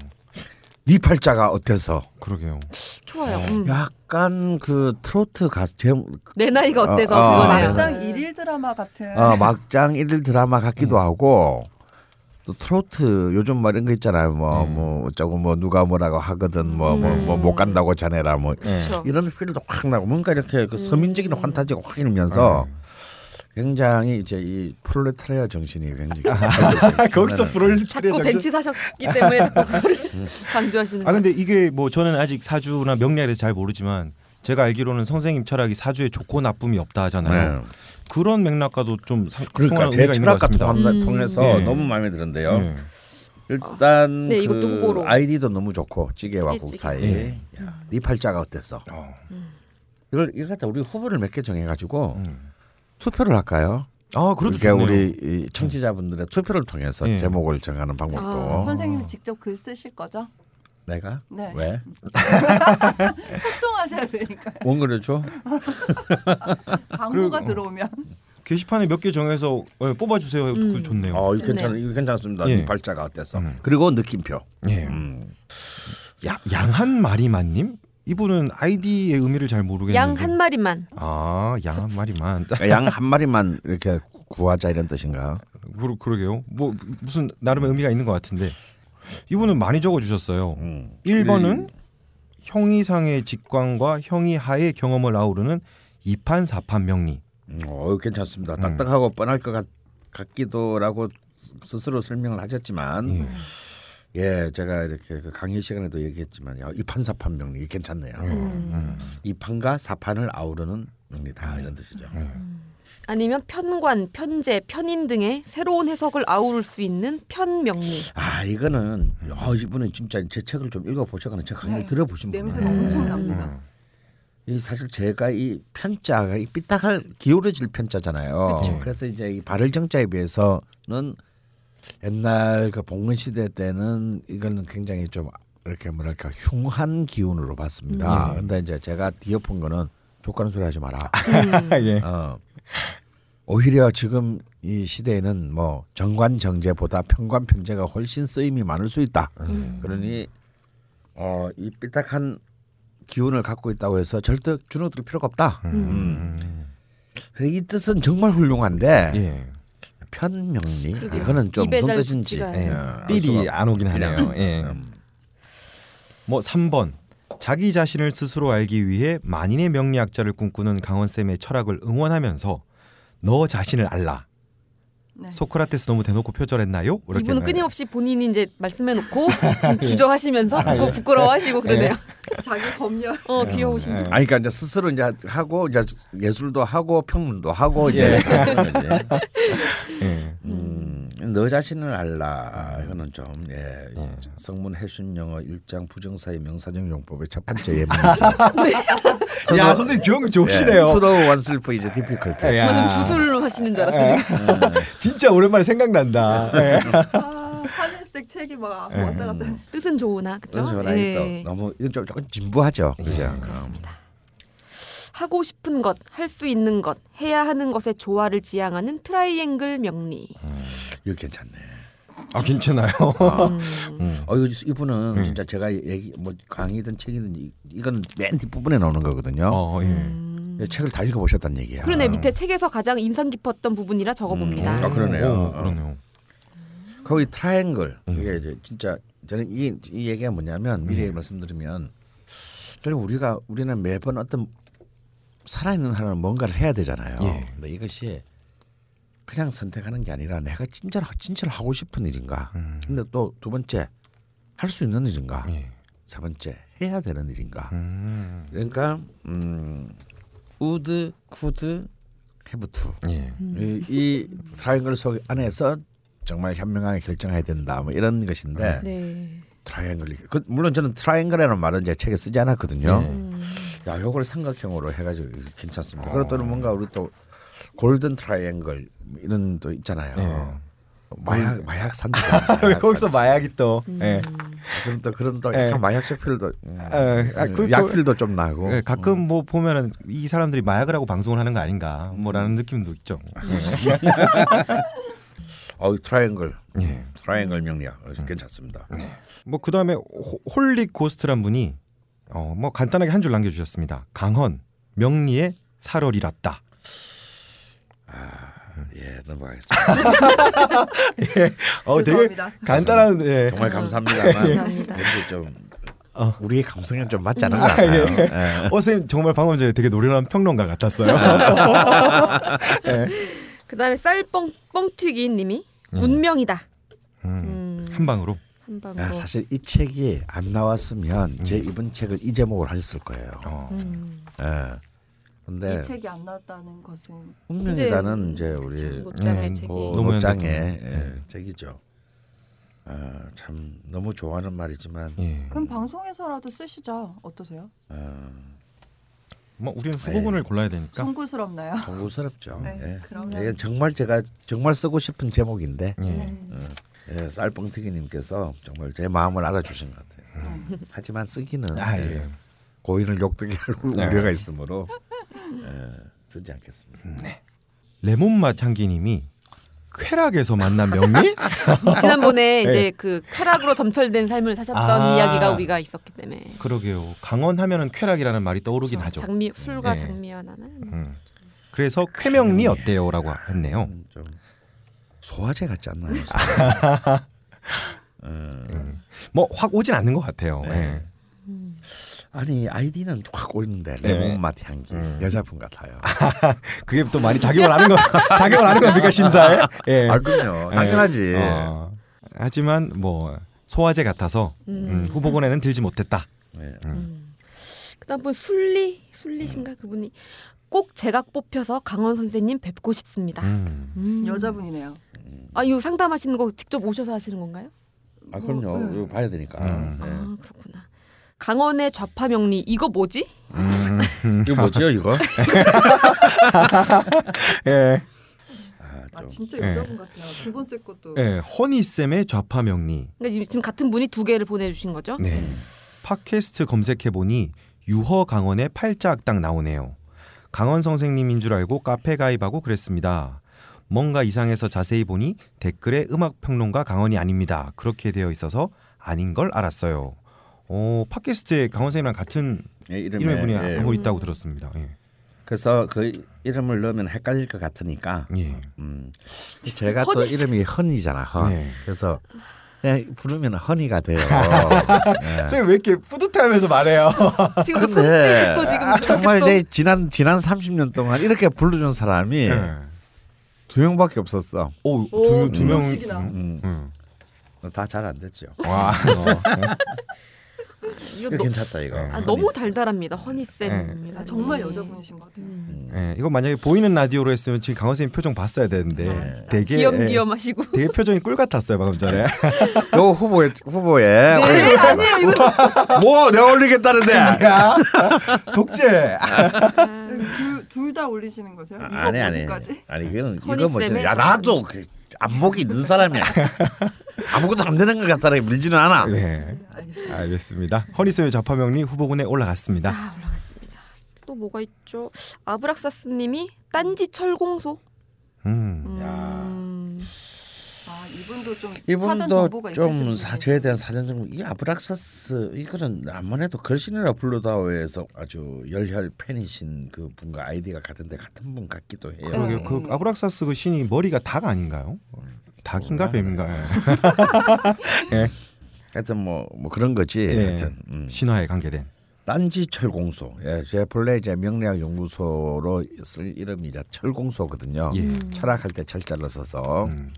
[SPEAKER 5] 네 팔자가 어때서
[SPEAKER 3] 그러게요.
[SPEAKER 4] 좋아요. 음.
[SPEAKER 5] 약간 그 트로트 가수 제
[SPEAKER 4] 내 나이가 어때서
[SPEAKER 5] 아, 아,
[SPEAKER 4] 그거네요.
[SPEAKER 2] 막장 일일 드라마 같은.
[SPEAKER 4] 아.
[SPEAKER 5] 어, 막장 일일 드라마 같기도 하고 또 트로트 요즘 뭐 이런 거 있잖아요 뭐 뭐 어쩌고 뭐 누가 뭐라고 하거든 뭐 뭐 못 간다고 자네라 뭐
[SPEAKER 4] 음. 그렇죠. 음.
[SPEAKER 5] 이런 필도 확 나고 뭔가 이렇게 그 서민적인 환타지가 확 일면서 굉장히 이제 이 프롤레타리아 정신이 굉장히
[SPEAKER 3] 아, 거기서 불을
[SPEAKER 4] 자꾸 벤치 사셨기 때문에 자꾸 그거를 강조하시는
[SPEAKER 3] 아
[SPEAKER 4] 거예요.
[SPEAKER 3] 근데 이게 뭐 저는 아직 사주나 명리에 대해 잘 모르지만 제가 알기로는 선생님 철학이 사주에 좋고 나쁨이 없다 하잖아요.
[SPEAKER 5] 네.
[SPEAKER 3] 그런 맥락과도 좀 상,
[SPEAKER 5] 그러니까
[SPEAKER 3] 통하는
[SPEAKER 5] 제
[SPEAKER 3] 의미가 있는 것
[SPEAKER 5] 철학과
[SPEAKER 3] 같습니다.
[SPEAKER 5] 통합,
[SPEAKER 4] 음.
[SPEAKER 5] 통해서
[SPEAKER 3] 네.
[SPEAKER 5] 너무 마음에 드는데요.
[SPEAKER 3] 네.
[SPEAKER 5] 일단
[SPEAKER 4] 네, 이것도
[SPEAKER 5] 그
[SPEAKER 4] 후보로.
[SPEAKER 5] 아이디도 너무 좋고 찌개와
[SPEAKER 4] 찌개,
[SPEAKER 5] 국
[SPEAKER 4] 찌개.
[SPEAKER 5] 사이
[SPEAKER 3] 네.
[SPEAKER 5] 야, 네 팔자가 어땠어? 이걸 이거 갖다 우리 후보를 몇 개 정해가지고
[SPEAKER 3] 음.
[SPEAKER 5] 투표를 할까요?
[SPEAKER 3] 아 그래도
[SPEAKER 5] 그러니까
[SPEAKER 3] 좋네요.
[SPEAKER 5] 우리 이 청취자분들의 투표를 통해서
[SPEAKER 3] 예.
[SPEAKER 4] 아,
[SPEAKER 5] 제목을 정하는 방법도
[SPEAKER 2] 선생님 직접 글 쓰실 거죠?
[SPEAKER 5] 내가
[SPEAKER 2] 네.
[SPEAKER 5] 왜
[SPEAKER 2] 소통하셔야 되니까
[SPEAKER 5] 원고를 줘?
[SPEAKER 2] 광고가
[SPEAKER 3] 그리고-
[SPEAKER 2] 들어오면
[SPEAKER 3] 게시판에 몇 개 정해서 예, 뽑아주세요. 해도 그거
[SPEAKER 4] 음.
[SPEAKER 3] 좋네요.
[SPEAKER 5] 어, 이거 괜찮 이거 괜찮습니다.
[SPEAKER 3] 예.
[SPEAKER 5] 이 발자가 어땠어?
[SPEAKER 3] 음.
[SPEAKER 5] 그리고 느낌표.
[SPEAKER 3] 예.
[SPEAKER 5] 음.
[SPEAKER 3] 야, 양한 마리만님 이분은 아이디의 의미를 잘 모르겠는데.
[SPEAKER 4] 양 한 마리만.
[SPEAKER 3] 아, 양 한 마리만.
[SPEAKER 5] 그러니까 양 한 마리만 이렇게 구하자 이런 뜻인가?
[SPEAKER 3] 그러, 그러게요. 뭐 무슨 나름의 의미가 있는 것 같은데 이분은 많이 적어주셨어요.
[SPEAKER 5] 음.
[SPEAKER 3] 1번은 형이상의 직관과 형이하의 경험을 아우르는 이판사판 명리.
[SPEAKER 5] 음, 어, 괜찮습니다. 딱딱하고 뻔할 것 같, 같기도라고 스스로 설명을 하셨지만
[SPEAKER 3] 예.
[SPEAKER 5] 예, 제가 이렇게 그 강의 시간에도 얘기했지만 야, 이판사판 명리 괜찮네요. 이판과 사판을 아우르는 명리다 이런 뜻이죠.
[SPEAKER 4] 아니면 편관, 편제, 편인 등의 새로운 해석을 아우를 수 있는 편명리.
[SPEAKER 5] 아 이거는 어, 이분은 진짜 제 책을 좀 읽어보셨거나 제 강의를
[SPEAKER 2] 네.
[SPEAKER 5] 들어보신
[SPEAKER 2] 냄새가
[SPEAKER 5] 분이에요.
[SPEAKER 2] 엄청 납니다.
[SPEAKER 5] 음. 이 사실 제가 이 편자가 이 삐딱할 기울어질 편자잖아요. 그래서 이제 이 발을 정자에 비해서는 옛날 그 복문 시대 때는 이거는 굉장히 좀 이렇게 뭐랄까 흉한 기운으로 봤습니다. 근데 이제 제가 뒤엎은 거는 족가는 소리 하지 마라.
[SPEAKER 3] 예.
[SPEAKER 5] 어. 오히려 지금 이 시대에는 뭐 정관 정제보다 평관 편제가 훨씬 쓰임이 많을 수 있다.
[SPEAKER 4] 음.
[SPEAKER 5] 그러니 어, 이 삐딱한 기운을 갖고 있다고 해서 절대 주눅들 필요가 없다. 그래서 이 뜻은 정말 훌륭한데
[SPEAKER 3] 음. 예.
[SPEAKER 5] 편명리
[SPEAKER 4] 그러게요.
[SPEAKER 5] 이거는 좀
[SPEAKER 4] 입에
[SPEAKER 5] 무슨
[SPEAKER 4] 잘
[SPEAKER 5] 뜻인지
[SPEAKER 4] 붙지가
[SPEAKER 5] 예,
[SPEAKER 4] 않아요.
[SPEAKER 5] 알
[SPEAKER 3] 삘이
[SPEAKER 5] 수가
[SPEAKER 3] 안 오긴
[SPEAKER 5] 그냥,
[SPEAKER 3] 하네요. 예.
[SPEAKER 5] 음.
[SPEAKER 3] 뭐 3번 자기 자신을 스스로 알기 위해 만인의 명리학자를 꿈꾸는 강원 쌤의 철학을 응원하면서 너 자신을 알라.
[SPEAKER 2] 네.
[SPEAKER 3] 소크라테스 너무 대놓고 표절했나요? 이렇게
[SPEAKER 4] 이분은 끊임없이 본인이 이제 말씀해놓고 주저하시면서 부끄, 부끄러워하시고 그러네요.
[SPEAKER 2] 자기 검열
[SPEAKER 4] 어 귀여우신데.
[SPEAKER 5] 아니 그러니까 이제 스스로 이제 하고 이제 예술도 하고 평론도 하고 이제 하는 거지.
[SPEAKER 3] 예.
[SPEAKER 5] 음, 너 자신을 알라. 아, 이거는 좀 예. 성문 해순 영어 일장 부정사의 명사정 용법의 첫 번째 예문이죠.
[SPEAKER 3] 야 선생님 예, 기억이
[SPEAKER 5] 예. Throw one s l p is difficult.
[SPEAKER 3] 야.
[SPEAKER 4] 저는 주술로 하시는 줄 알았어요. 지금.
[SPEAKER 3] 진짜 오랜만에 생각난다. 예.
[SPEAKER 2] 아, 하늘색 책이 막
[SPEAKER 5] 음.
[SPEAKER 2] 왔다 갔다
[SPEAKER 4] 뜻은 좋으나 예. 그죠?
[SPEAKER 5] 그래서 저는 또 너무 이건 좀 조금 진부하죠. 그죠? 음,
[SPEAKER 4] 그렇습니다. 하고 싶은 것, 할 수 있는 것, 해야 하는 것의 조화를 지향하는 트라이앵글 명리.
[SPEAKER 5] 이거 괜찮네.
[SPEAKER 3] 아 괜찮아요.
[SPEAKER 5] 어 이거 이분은 진짜 제가 얘기 뭐 강의든 책이든 이- 이건 맨 뒷부분에 나오는 거거든요.
[SPEAKER 3] 어, 예.
[SPEAKER 5] 책을 다 읽어 보셨다는 얘기야.
[SPEAKER 4] 그러네 밑에 책에서 가장 인상 깊었던 부분이라 적어봅니다.
[SPEAKER 5] 아. 음. 아, 그러네요.
[SPEAKER 3] 오, 그러네요.
[SPEAKER 5] 거기 트라이앵글
[SPEAKER 3] 음.
[SPEAKER 5] 이게 이제 진짜 저는 이, 이 얘기가 뭐냐면 미리 말씀드리면 결국 우리가 우리는 매번 어떤 살아있는 하나는 뭔가를 해야 되잖아요.
[SPEAKER 3] 예.
[SPEAKER 5] 근데 이것이 그냥 선택하는 게 아니라 내가 진짜로 진짜로 하고 싶은 일인가. 근데 또 두 번째 할 수 있는 일인가.
[SPEAKER 3] 음. 예.
[SPEAKER 5] 세 번째 해야 되는 일인가.
[SPEAKER 3] 음,
[SPEAKER 5] 그러니까 음 우드 쿠드 해부투
[SPEAKER 3] 예.
[SPEAKER 5] 이, 이 트라이앵글 속 안에서 정말 현명하게 결정해야 된다 뭐 이런 것인데
[SPEAKER 4] 네.
[SPEAKER 5] 트라이앵글 그, 물론 저는 트라이앵글이라는 말은 제 책에 쓰지
[SPEAKER 3] 예.
[SPEAKER 5] 않았거든요.
[SPEAKER 3] 네.
[SPEAKER 4] 음.
[SPEAKER 5] 야, 요걸 삼각형으로 해가지고 이거 괜찮습니다.
[SPEAKER 3] 아.
[SPEAKER 5] 그리고 또는 뭔가 우리 또 골든 트라이앵글 이런 또 있잖아요. 마약 마약 산지
[SPEAKER 3] 왜 네. 거기서 마약이 또?
[SPEAKER 2] 음.
[SPEAKER 3] 예.
[SPEAKER 5] 그런 또 그런 또
[SPEAKER 3] 예.
[SPEAKER 5] 약간 마약적 필도 음,
[SPEAKER 3] 예. 아, 그-
[SPEAKER 5] 약필도 좀 나고 음.
[SPEAKER 3] 예, 가끔 뭐 보면은 이 사람들이 마약을 하고 방송을 하는 거 아닌가 뭐라는 느낌도 있죠.
[SPEAKER 5] 어 트라이앵글 음,
[SPEAKER 3] 예.
[SPEAKER 5] 트라이앵글 명리학 어,
[SPEAKER 3] 음.
[SPEAKER 5] 괜찮습니다.
[SPEAKER 3] 뭐 그다음에 호- 홀리 고스트란 분이 어, 뭐 간단하게 한 줄 남겨 주셨습니다. 강헌 명리의 살얼이랐다.
[SPEAKER 5] 예 넘어가겠습니다.
[SPEAKER 3] 어
[SPEAKER 2] 죄송합니다.
[SPEAKER 3] 간단한 예.
[SPEAKER 5] 정말 감사합니다만
[SPEAKER 4] 감사합니다.
[SPEAKER 5] 왠지 좀
[SPEAKER 3] 어.
[SPEAKER 5] 우리의 감성에 좀 아, 예. 맞지 않았나요?
[SPEAKER 3] 어 선생님 정말 방금 전에 되게 노련한 평론가 같았어요.
[SPEAKER 4] 그다음에 쌀뻥 뻥튀기 님이 운명이다. 음.
[SPEAKER 3] 한 방으로.
[SPEAKER 4] 한뭐 방으로.
[SPEAKER 3] 어.
[SPEAKER 5] 야, 사실 이 책이 안 나왔으면 제 이번 책을 이 제목을 하였을 거예요.
[SPEAKER 3] 음. 어.
[SPEAKER 4] 음.
[SPEAKER 5] 예. 근데
[SPEAKER 2] 이 책이 안 나왔다는 것은
[SPEAKER 5] 운명이라는 이제 우리
[SPEAKER 4] 국장의
[SPEAKER 3] 음,
[SPEAKER 4] 책이
[SPEAKER 3] 뭐- 노무현
[SPEAKER 5] 노장의 예, 책이죠. 아, 참 너무 좋아하는 말이지만
[SPEAKER 3] 예.
[SPEAKER 2] 그럼 방송에서라도 쓰시죠 어떠세요?
[SPEAKER 5] 아,
[SPEAKER 3] 뭐 우리는 후보군을 골라야
[SPEAKER 5] 그러니까
[SPEAKER 3] 되니까.
[SPEAKER 2] 송구스럽나요?
[SPEAKER 5] 정구스럽죠.
[SPEAKER 2] 네,
[SPEAKER 5] 예.
[SPEAKER 2] 그러면-
[SPEAKER 5] 이게 정말 제가 정말 쓰고 싶은 제목인데 어,
[SPEAKER 3] 예.
[SPEAKER 5] 예, 쌀뻥튀기님께서 정말 제 마음을 알아주신 것 같아요. 하지만 쓰기는
[SPEAKER 3] 아,
[SPEAKER 5] 예.
[SPEAKER 3] 예.
[SPEAKER 5] 고인을 욕되게 할
[SPEAKER 3] 네.
[SPEAKER 5] 우려가 있으므로 예, 쓰지 않겠습니다.
[SPEAKER 3] 음. 레몬맛 향기님이 쾌락에서 만난 명리?
[SPEAKER 4] 지난번에
[SPEAKER 5] 네.
[SPEAKER 4] 이제 그 쾌락으로 점철된 삶을 사셨던
[SPEAKER 3] 아.
[SPEAKER 4] 이야기가 우리가 있었기 때문에
[SPEAKER 3] 그러게요. 강원 하면은 쾌락이라는 말이 떠오르긴 하죠.
[SPEAKER 4] 그렇죠. 장미 술과
[SPEAKER 3] 네.
[SPEAKER 4] 장미와 나는
[SPEAKER 3] 음. 그래서 쾌명리 어때요라고 했네요.
[SPEAKER 5] 음, 좀 소화제 같지 않나요? 음.
[SPEAKER 3] 뭐 확 오진 않는 것 같아요.
[SPEAKER 5] 네.
[SPEAKER 3] 예.
[SPEAKER 5] 아니 아이디는 확 오는데
[SPEAKER 3] 네.
[SPEAKER 5] 레몬맛 향기 여자분 같아요.
[SPEAKER 3] 그게 또 많이 작용을 하는 거 작용을 하는 겁니까 심사에? 예.
[SPEAKER 5] 아 그럼요. 당연하지.
[SPEAKER 3] 예. 어, 하지만 뭐 소화제 같아서 음, 후보군에는 들지 못했다.
[SPEAKER 5] 네.
[SPEAKER 4] 음. 그다음 분 술리 술리신가 그분이 꼭 제가 뽑혀서 강원 선생님 뵙고 싶습니다.
[SPEAKER 3] 음.
[SPEAKER 4] 음.
[SPEAKER 2] 여자분이네요.
[SPEAKER 4] 아 이거 상담하시는 거 직접 오셔서 하시는 건가요?
[SPEAKER 5] 아 그럼요.
[SPEAKER 2] 네.
[SPEAKER 5] 이거 봐야 되니까.
[SPEAKER 3] 음.
[SPEAKER 5] 네.
[SPEAKER 4] 아 그렇구나. 강원의 좌파명리 이거 뭐지?
[SPEAKER 3] 음.
[SPEAKER 5] 이거 뭐죠 이거?
[SPEAKER 3] 예.
[SPEAKER 5] 아, 좀.
[SPEAKER 2] 진짜
[SPEAKER 3] 예. 여자분
[SPEAKER 2] 같아요. 두 번째 것도
[SPEAKER 5] 네.
[SPEAKER 3] 예. 허니 쌤의 좌파명리.
[SPEAKER 4] 그러니까 지금- 지금 같은 분이 두 개를 보내주신 거죠?
[SPEAKER 3] 네.
[SPEAKER 5] 음.
[SPEAKER 3] 팟캐스트 검색해 보니 유허 강원의 팔자 악당 나오네요. 강원 선생님인 줄 알고 카페 가입하고 그랬습니다. 뭔가 이상해서 자세히 보니 댓글에 음악 평론가 강원이 아닙니다. 그렇게 되어 있어서 아닌 걸 알았어요. 어, 팟캐스트에 강원 선생님랑 같은
[SPEAKER 5] 예, 이름에,
[SPEAKER 3] 이름의 분이
[SPEAKER 5] 예.
[SPEAKER 3] 하고 있다고 들었습니다. 예.
[SPEAKER 5] 그래서 그 이름을 넣으면 헷갈릴 것 같으니까.
[SPEAKER 3] 예.
[SPEAKER 5] 음. 제가 또
[SPEAKER 4] 허니.
[SPEAKER 5] 이름이 허니잖아. 헌.
[SPEAKER 3] 네.
[SPEAKER 5] 그래서 그냥 부르면 허니가 돼요. 네.
[SPEAKER 3] 선생님 왜 이렇게 뿌듯해하면서 말해요?
[SPEAKER 4] 지금 그 손짓이 또 지금
[SPEAKER 5] 아, 정말
[SPEAKER 4] 또-
[SPEAKER 5] 내 지난 지난 30년 동안 이렇게 불러준 사람이
[SPEAKER 3] 네.
[SPEAKER 5] 두 명밖에 없었어.
[SPEAKER 3] 오,
[SPEAKER 2] 오,
[SPEAKER 3] 두
[SPEAKER 2] 두
[SPEAKER 3] 명.
[SPEAKER 2] 명씩이나.
[SPEAKER 5] 음.
[SPEAKER 3] 음. 어.
[SPEAKER 5] 다 잘 안 됐죠.
[SPEAKER 3] 와.
[SPEAKER 4] 이거
[SPEAKER 5] 이거
[SPEAKER 4] 너,
[SPEAKER 5] 괜찮다 이거.
[SPEAKER 3] 아,
[SPEAKER 4] 아,
[SPEAKER 5] 허니.
[SPEAKER 4] 너무 달달합니다. 허니쌤입니다.
[SPEAKER 2] 아, 정말
[SPEAKER 4] 네.
[SPEAKER 2] 여자분이신 것 같아요.
[SPEAKER 3] 예, 이거 만약에 보이는 라디오로 했으면 지금 강원 선생님 표정 봤어야 되는데
[SPEAKER 2] 아, 진짜.
[SPEAKER 3] 되게 예,
[SPEAKER 4] 귀염귀염하시고
[SPEAKER 3] 되게 표정이 꿀 같았어요 방금 전에.
[SPEAKER 5] 요 후보에 후보에 올리겠다. 뭐 내가 올리겠다는데.
[SPEAKER 3] 독재. 아,
[SPEAKER 4] 아,
[SPEAKER 2] 네, 둘 다 올리시는 거세요? 이거
[SPEAKER 5] 아니 아니
[SPEAKER 2] 뭐지까지?
[SPEAKER 5] 아니 그건
[SPEAKER 4] 허니
[SPEAKER 5] 이거 뭐지?
[SPEAKER 4] 쌤의
[SPEAKER 5] 야
[SPEAKER 4] 저항.
[SPEAKER 5] 나도 그 안목이 있는 사람이야. 아무것도 안 되는 것 같잖아. 밀지는 않아.
[SPEAKER 3] 네,
[SPEAKER 2] 알겠습니다.
[SPEAKER 3] 알겠습니다. 허니쌤의 좌파명리 후보군에 올라갔습니다.
[SPEAKER 4] 아 올라갔습니다. 또 뭐가 있죠? 아브락사스님이 딴지 철공소.
[SPEAKER 3] 음,
[SPEAKER 4] 음.
[SPEAKER 2] 아 이분도 좀 사전
[SPEAKER 5] 이분도
[SPEAKER 2] 정보가
[SPEAKER 5] 좀
[SPEAKER 2] 있으신
[SPEAKER 5] 사,
[SPEAKER 2] 분이세요?
[SPEAKER 5] 저에 대한 사전 정보 이 아브락사스 이거는 아무래도 걸신이라 불러다오에서 아주 열혈 팬이신 그 분과 아이디가 같은데 같은 분 같기도 해요.
[SPEAKER 3] 그러게
[SPEAKER 2] 네.
[SPEAKER 3] 그 아브락사스 그 신이 머리가 닭 아닌가요? 닭인가 뱀인가? 예.
[SPEAKER 5] 하여튼 뭐, 뭐 그런 거지.
[SPEAKER 3] 예.
[SPEAKER 5] 하여튼 음.
[SPEAKER 3] 신화에 관계된.
[SPEAKER 5] 딴지 철공소. 예, 제 본래 이제 명리학 연구소로 쓸 이름이 이제 철공소거든요.
[SPEAKER 3] 예.
[SPEAKER 2] 음.
[SPEAKER 5] 철학할 때 철자를 써서
[SPEAKER 3] 음,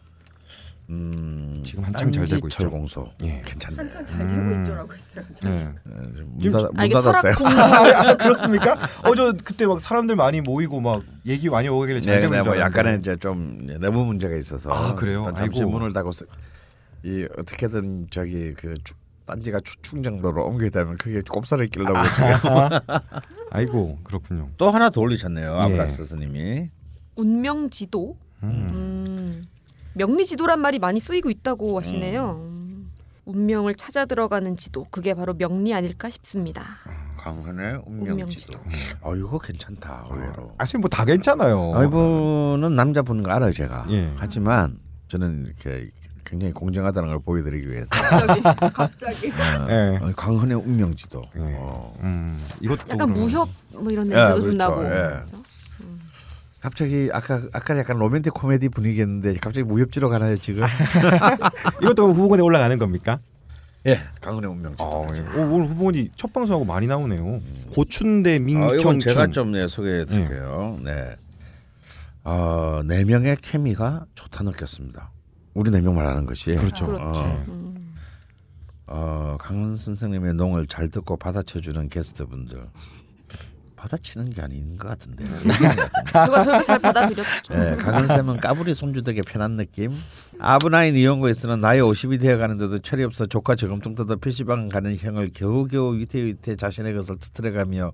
[SPEAKER 5] 음,
[SPEAKER 3] 지금 한참 잘
[SPEAKER 5] 딴지
[SPEAKER 3] 되고 있죠.
[SPEAKER 5] 철공소.
[SPEAKER 3] 예.
[SPEAKER 5] 괜찮네. 요
[SPEAKER 2] 한참 잘 되고
[SPEAKER 5] 음.
[SPEAKER 2] 있죠라고 했어요.
[SPEAKER 3] 네.
[SPEAKER 5] 문,
[SPEAKER 3] 지금
[SPEAKER 5] 닫,
[SPEAKER 4] 아
[SPEAKER 5] 문
[SPEAKER 4] 이게 철학
[SPEAKER 5] 닫았어요.
[SPEAKER 4] 공부.
[SPEAKER 3] 아, 그렇습니까? 어저 그때 막 사람들 많이 모이고 막 얘기 많이 오길래 잘
[SPEAKER 5] 네,
[SPEAKER 3] 되는
[SPEAKER 5] 근데
[SPEAKER 3] 줄
[SPEAKER 5] 뭐
[SPEAKER 3] 알았는데.
[SPEAKER 5] 약간의 이제 좀 내부 문제가 있어서
[SPEAKER 3] 아, 그래요?
[SPEAKER 5] 일단 잠시
[SPEAKER 3] 아이고.
[SPEAKER 5] 문을 닫고 쓰- 이 어떻게든 저기 그 추- 딴지가 추충 정도로 옮겨야 되면 그게 꼽살을 끼려고 지금
[SPEAKER 3] 아이고 그렇군요.
[SPEAKER 5] 아, 또 하나 더 올리셨네요
[SPEAKER 3] 예.
[SPEAKER 5] 아브락스 스님이
[SPEAKER 4] 운명지도. 음. 명리지도란 말이 많이 쓰이고 있다고 하시네요. 음. 운명을 찾아 들어가는 지도. 그게 바로 명리 아닐까 싶습니다.
[SPEAKER 5] 강헌의
[SPEAKER 4] 운명지도.
[SPEAKER 5] 운명지도. 어 이거 괜찮다 의외로.
[SPEAKER 3] 아 선생님 뭐 다 괜찮아요.
[SPEAKER 5] 아, 이분은 남자분인 거 알아요 제가.
[SPEAKER 3] 예.
[SPEAKER 5] 하지만 저는 이렇게 굉장히 공정하다는 걸 보여드리기 위해서
[SPEAKER 2] 갑자기 갑자기
[SPEAKER 3] 예.
[SPEAKER 5] 어, 강헌의 운명지도.
[SPEAKER 3] 예.
[SPEAKER 5] 어.
[SPEAKER 3] 음, 이것도
[SPEAKER 4] 약간
[SPEAKER 3] 그러면-
[SPEAKER 4] 무협 뭐 이런 냄새도
[SPEAKER 5] 그렇죠.
[SPEAKER 4] 좀 나고.
[SPEAKER 5] 예.
[SPEAKER 4] 그죠?
[SPEAKER 5] 갑자기 아까 아까 약간 로맨틱 코미디 분위기였는데 갑자기 무협지로 가나요 지금?
[SPEAKER 3] 이것도 그럼 후보군에 올라가는 겁니까?
[SPEAKER 5] 예, 강헌의 운명지도.
[SPEAKER 3] 어, 예. 오, 오늘 후보군이 첫 방송하고 많이 나오네요. 고춘대
[SPEAKER 5] 아, 이건
[SPEAKER 3] 민경춘.
[SPEAKER 5] 제가 좀 네, 소개해
[SPEAKER 3] 예.
[SPEAKER 5] 드릴게요. 네. 어, 네 명의 케미가 좋다 느꼈습니다. 우리 네 명 말하는 것이.
[SPEAKER 3] 그렇죠.
[SPEAKER 5] 어,
[SPEAKER 4] 음.
[SPEAKER 5] 어, 강원 선생님의 농을 잘 듣고 받아쳐주는 게스트분들. 받아치는 게 아닌 것 같은데.
[SPEAKER 4] 제가 저희가 잘 받아들였죠.
[SPEAKER 5] 예, 강원 쌤은 까불이 손주덕의 편한 느낌. 아브나인 이용고 있으는 나이 50이 되어가는데도 철이 없어 조카 저금통 뜯어 PC방 가는 형을 겨우겨우 위태위태 자신의 것을 터뜨려가며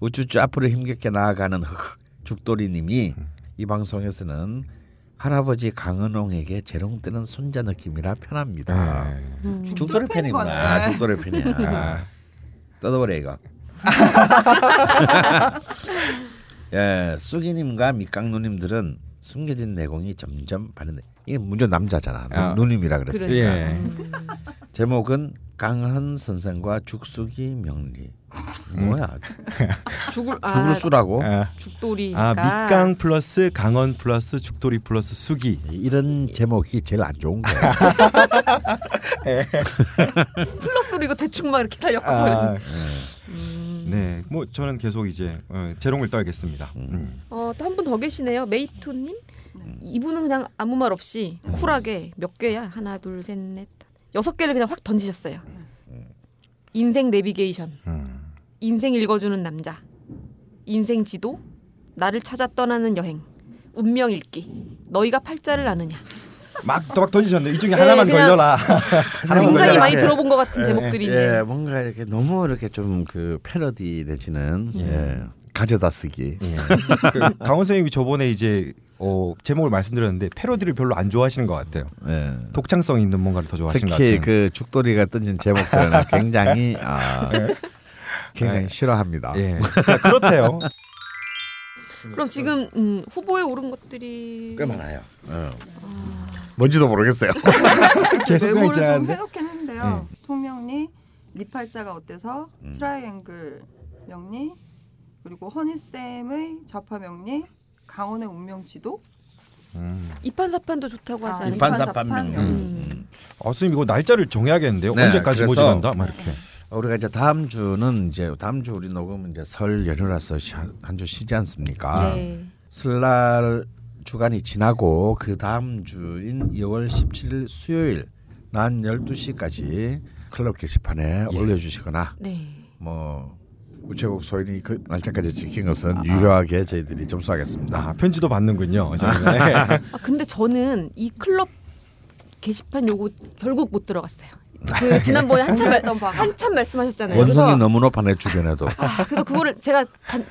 [SPEAKER 5] 우쭈쭈 앞으로 힘겹게 나아가는 흑흑 죽돌이님이 이 방송에서는 할아버지 강은홍에게 재롱 뜨는 손자 느낌이라 편합니다.
[SPEAKER 3] 아,
[SPEAKER 4] 음.
[SPEAKER 5] 죽돌이 팬이구나. 아,
[SPEAKER 2] 거네.
[SPEAKER 5] 죽돌이 팬이야. 뜯어버려 이거. 예, 쑥이님과 밑강 누님들은 숨겨진 내공이 점점 발현돼. 이게 먼저 남자잖아. 누,
[SPEAKER 3] 아.
[SPEAKER 5] 누님이라 그랬으니까.
[SPEAKER 4] 그러니까.
[SPEAKER 3] 예.
[SPEAKER 4] 음.
[SPEAKER 5] 제목은 강헌 선생과 죽숙이 명리. 뭐야?
[SPEAKER 4] 죽을 아
[SPEAKER 5] 죽을 수라고?
[SPEAKER 3] 아,
[SPEAKER 4] 죽돌이니까.
[SPEAKER 3] 아 밑강 플러스 강원 플러스 죽돌이 플러스 수기.
[SPEAKER 5] 이런 제목이 제일 안 좋은 거야.
[SPEAKER 4] 플러스로 이거 대충 막 이렇게 다
[SPEAKER 5] 아,
[SPEAKER 4] 엮어버렸네.
[SPEAKER 3] 아, 네, 뭐 저는 계속 이제 어, 재롱을 떨겠습니다. 음.
[SPEAKER 4] 어, 또 한 분 더 계시네요. 메이토님.
[SPEAKER 2] 네.
[SPEAKER 4] 이분은 그냥 아무 말 없이 쿨하게 몇 개야? 하나, 둘, 셋, 넷, 여섯 개를 그냥 확 던지셨어요. 인생 내비게이션,
[SPEAKER 3] 음.
[SPEAKER 4] 인생 읽어주는 남자, 인생 지도, 나를 찾아 떠나는 여행, 운명 읽기. 너희가 팔자를 아느냐?
[SPEAKER 3] 막, 막 던지셨네. 이 중에
[SPEAKER 4] 네,
[SPEAKER 3] 하나만
[SPEAKER 4] 그냥
[SPEAKER 3] 걸려라. 하나만
[SPEAKER 4] 굉장히
[SPEAKER 3] 걸려라.
[SPEAKER 4] 많이
[SPEAKER 5] 예.
[SPEAKER 4] 들어본 것 같은
[SPEAKER 5] 예,
[SPEAKER 4] 제목들이
[SPEAKER 5] 예,
[SPEAKER 4] 이제
[SPEAKER 5] 뭔가 이렇게 너무 이렇게 좀 그 패러디 내지는 예, 가져다 쓰기.
[SPEAKER 3] 예. 그 강원 선생님이 저번에 이제 어, 제목을 말씀드렸는데 패러디를 별로 안 좋아하시는 것 같아요.
[SPEAKER 5] 예.
[SPEAKER 3] 독창성 있는 뭔가를 더 좋아하시는 것
[SPEAKER 5] 특히
[SPEAKER 3] 같아요.
[SPEAKER 5] 그 죽돌이가 던진 제목들은 굉장히 아, 굉장히 싫어합니다.
[SPEAKER 3] 예. 그러니까 그렇대요.
[SPEAKER 4] 그럼 지금 음, 후보에 오른 것들이
[SPEAKER 5] 예. 꽤 많아요. 예. 뭔지도 모르겠어요.
[SPEAKER 3] 계속
[SPEAKER 2] 외모를
[SPEAKER 3] 그냥
[SPEAKER 2] 좀
[SPEAKER 3] 있잖아요.
[SPEAKER 2] 해놓긴 했는데요.
[SPEAKER 5] 네.
[SPEAKER 2] 통명리, 니팔자가 어때서,
[SPEAKER 5] 음.
[SPEAKER 2] 트라이앵글 명리, 그리고 허니쌤의 좌파 명리, 강원의 운명지도,
[SPEAKER 3] 음.
[SPEAKER 4] 이판사판도 좋다고 하지
[SPEAKER 2] 아,
[SPEAKER 4] 않아요?
[SPEAKER 2] 이판-
[SPEAKER 5] 이판사판 명리.
[SPEAKER 4] 음.
[SPEAKER 3] 아, 선생님 이거 날짜를 정해야겠는데요.
[SPEAKER 5] 네,
[SPEAKER 3] 언제까지
[SPEAKER 5] 그래서-
[SPEAKER 3] 모집한다? 막 이렇게.
[SPEAKER 5] 우리가 이제 다음 주는 이제 다음 주 우리 녹음은 이제 설 연휴라서 한 주 쉬지 않습니까?
[SPEAKER 4] 네.
[SPEAKER 5] 설날 주간이 지나고 그 다음 주인 2월 17일 수요일 낮 12시까지 클럽 게시판에 올려주시거나
[SPEAKER 4] 네.
[SPEAKER 5] 뭐 우체국 소인이 그 날짜까지 지킨 것은 유효하게 저희들이 점수하겠습니다.
[SPEAKER 3] 아, 편지도 받는군요.
[SPEAKER 4] 아 근데 저는 이 클럽 게시판 요거 결국 못 들어갔어요. 그 지난번에 한참 말, 한참 말씀하셨잖아요.
[SPEAKER 5] 원성이
[SPEAKER 4] 네. 그래서,
[SPEAKER 5] 너무 높아내 주변에도
[SPEAKER 4] 아, 네. 그래서 그거를 제가 반-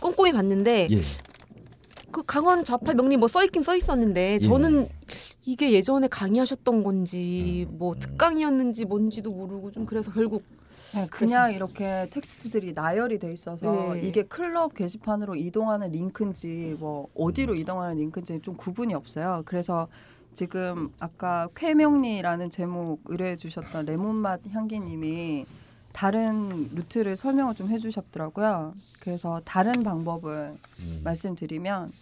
[SPEAKER 4] 꼼꼼히 봤는데
[SPEAKER 3] 예.
[SPEAKER 4] 그 강원 좌파 명리 뭐 써 있긴 써 있었는데 저는 이게 예전에 강의하셨던 건지 뭐 특강이었는지 뭔지도 모르고 좀 그래서 결국
[SPEAKER 2] 네, 그냥 이렇게 텍스트들이 나열이 돼 있어서
[SPEAKER 4] 네.
[SPEAKER 2] 이게 클럽 게시판으로 이동하는 링크인지 뭐 어디로 이동하는 링크인지 좀 구분이 없어요. 그래서 지금 아까 쾌명리라는 제목 의뢰해 주셨던 레몬맛 향기님이 다른 루트를 설명을 좀 해주셨더라고요. 그래서 다른 방법을 말씀드리면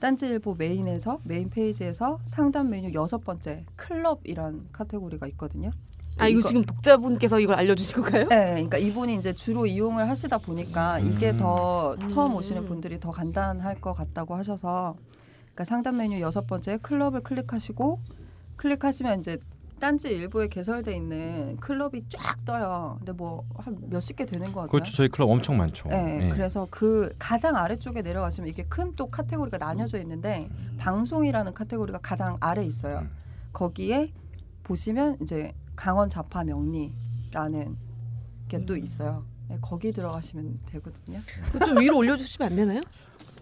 [SPEAKER 2] 딴지일보 메인에서 메인 페이지에서 상단 메뉴 여섯 번째 클럽이란 카테고리가 있거든요.
[SPEAKER 4] 아 이거
[SPEAKER 2] 이거-
[SPEAKER 4] 지금 독자분께서 이걸 알려주신 건가요?
[SPEAKER 2] 네, 그러니까 이분이 이제 주로 이용을 하시다 보니까 이게 더
[SPEAKER 4] 음.
[SPEAKER 2] 처음 오시는 분들이 더 간단할 것 같다고 하셔서 그러니까 상단 메뉴 여섯 번째 클럽을 클릭하시고 클릭하시면 이제 딴지 일보에 개설돼 있는 클럽이 쫙 떠요. 근데 뭐 한 몇십 개 되는 것 같아요.
[SPEAKER 3] 그렇죠. 저희 클럽 엄청 많죠.
[SPEAKER 2] 네,
[SPEAKER 3] 예.
[SPEAKER 2] 그래서 그 가장 아래쪽에 내려가시면 이게 큰 또 카테고리가 나뉘어져 있는데 방송이라는 카테고리가 가장 아래 있어요.
[SPEAKER 3] 음.
[SPEAKER 2] 거기에 보시면 이제 강원 좌파 명리라는 게 또 있어요. 네, 거기 들어가시면 되거든요.
[SPEAKER 4] 그거 좀 위로 올려주시면 안 되나요?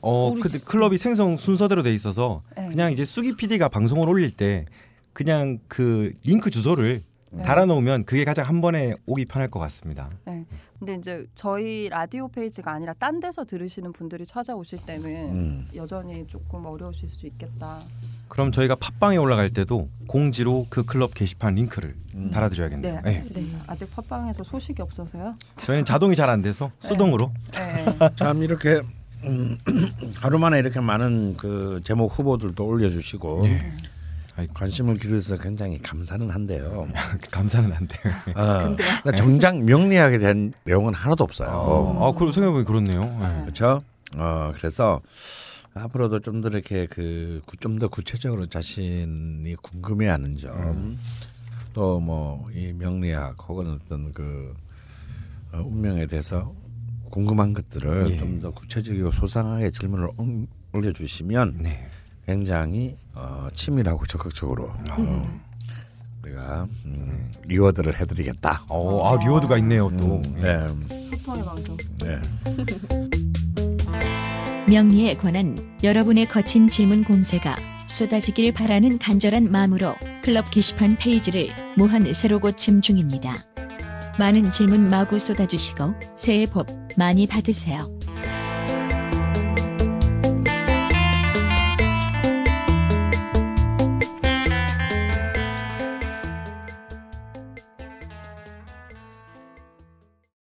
[SPEAKER 3] 어,
[SPEAKER 4] 우리
[SPEAKER 3] 근데
[SPEAKER 4] 집-
[SPEAKER 3] 클럽이 생성 순서대로 돼 있어서
[SPEAKER 2] 네.
[SPEAKER 3] 그냥 이제 수기 PD가 방송을 올릴 때 그냥 그 링크 주소를
[SPEAKER 2] 네.
[SPEAKER 3] 달아놓으면 그게 가장 한 번에 오기 편할 것 같습니다.
[SPEAKER 2] 근데 이제 저희 라디오 페이지가 아니라 딴 데서 들으시는 분들이 찾아오실 때는
[SPEAKER 5] 음.
[SPEAKER 2] 여전히 조금 어려우실 수 있겠다.
[SPEAKER 3] 그럼 저희가 팟빵에 올라갈 때도 공지로 그 클럽 게시판 링크를
[SPEAKER 5] 음.
[SPEAKER 3] 달아드려야겠네요.
[SPEAKER 2] 네,
[SPEAKER 3] 예.
[SPEAKER 2] 알겠습니다. 아직 팟빵에서 소식이 없어서요.
[SPEAKER 3] 저희는 자동이 잘 안 돼서 수동으로
[SPEAKER 2] 네.
[SPEAKER 5] 참 이렇게 음, 하루 만에 이렇게 많은 그 제목 후보들도 올려주시고
[SPEAKER 3] 아이고,
[SPEAKER 5] 관심을 기울여서 굉장히 감사는 한데요.
[SPEAKER 3] 감사는 안 돼요.
[SPEAKER 5] 어, 근데 정작 명리학에 대한 내용은 하나도 없어요.
[SPEAKER 3] 어, 아, 그리고 생각해보니 그렇네요. 예.
[SPEAKER 5] 그렇죠. 어 그래서 앞으로도 좀 더 이렇게 그 좀 더 구체적으로 자신이 궁금해하는
[SPEAKER 3] 음.
[SPEAKER 5] 점, 또 뭐 이 명리학 혹은 어떤 그 어, 운명에 대해서 궁금한 것들을
[SPEAKER 3] 예.
[SPEAKER 5] 좀 더 구체적이고 소상하게 질문을 옮- 올려주시면
[SPEAKER 3] 네.
[SPEAKER 5] 굉장히 어, 치밀하고 적극적으로
[SPEAKER 3] 음.
[SPEAKER 5] 어, 우리가 음, 리워드를 해드리겠다.
[SPEAKER 3] 어, 아, 리워드가 있네요, 또. 예.
[SPEAKER 5] 네,
[SPEAKER 2] 소통의 방송.
[SPEAKER 5] 네.
[SPEAKER 1] 명리에 관한 여러분의 거친 질문 공세가 쏟아지길 바라는 간절한 마음으로 클럽 게시판 페이지를 무한 새로 고침 중입니다. 많은 질문 마구 쏟아주시고 새해 복 많이 받으세요.